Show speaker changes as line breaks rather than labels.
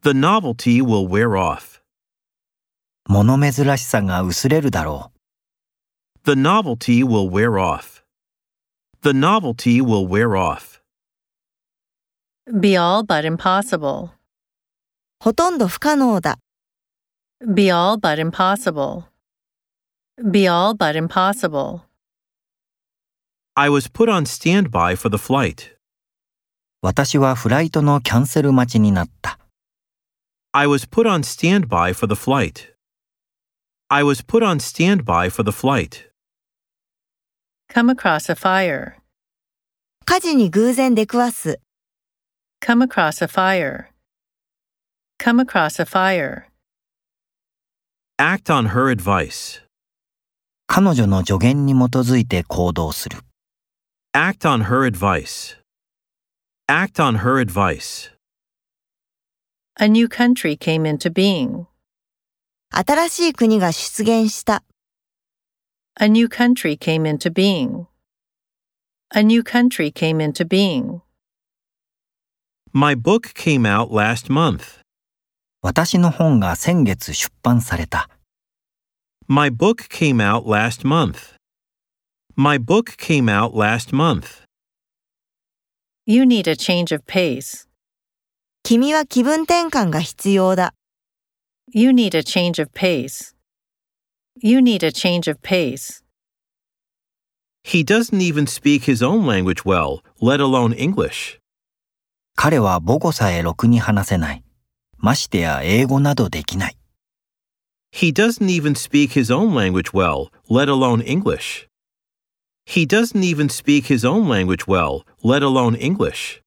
The novelty will wear off.
物珍しさが薄れるだろ
The novelty will wear off. The novelty will wear off.
Be all but impossible.
ほとんど不可能だ。
Be all but impossible. Be all but impossible.
I was put on standby for the flight.
う。私はフライトのキャンセル待ちになった。
I was put on standby for the flight. I was put on standby for the flight.
Come across a fire.
火事に偶然出くわす。
Come across a fire. Come across a fire.
Act on her advice.
彼女の助言に基づいて行動する。
Act on her advice. Act on her advice.
A new country came into being.
新しい国が出現した。
A new country came into being. A new country came into being.
My book came out last month.
私の本が先月出版された。
My book came out last month. My book came out last month.
You need a change of pace.
君は気分転換が必要だ。
You need a change of pace. You need a change of pace.
He doesn't even speak his own language well, let alone English.
彼は母語さえろくに話せない。ましてや英語などできない。
He doesn't even speak his own language well, let alone English. He doesn't even speak his own language well, let alone English.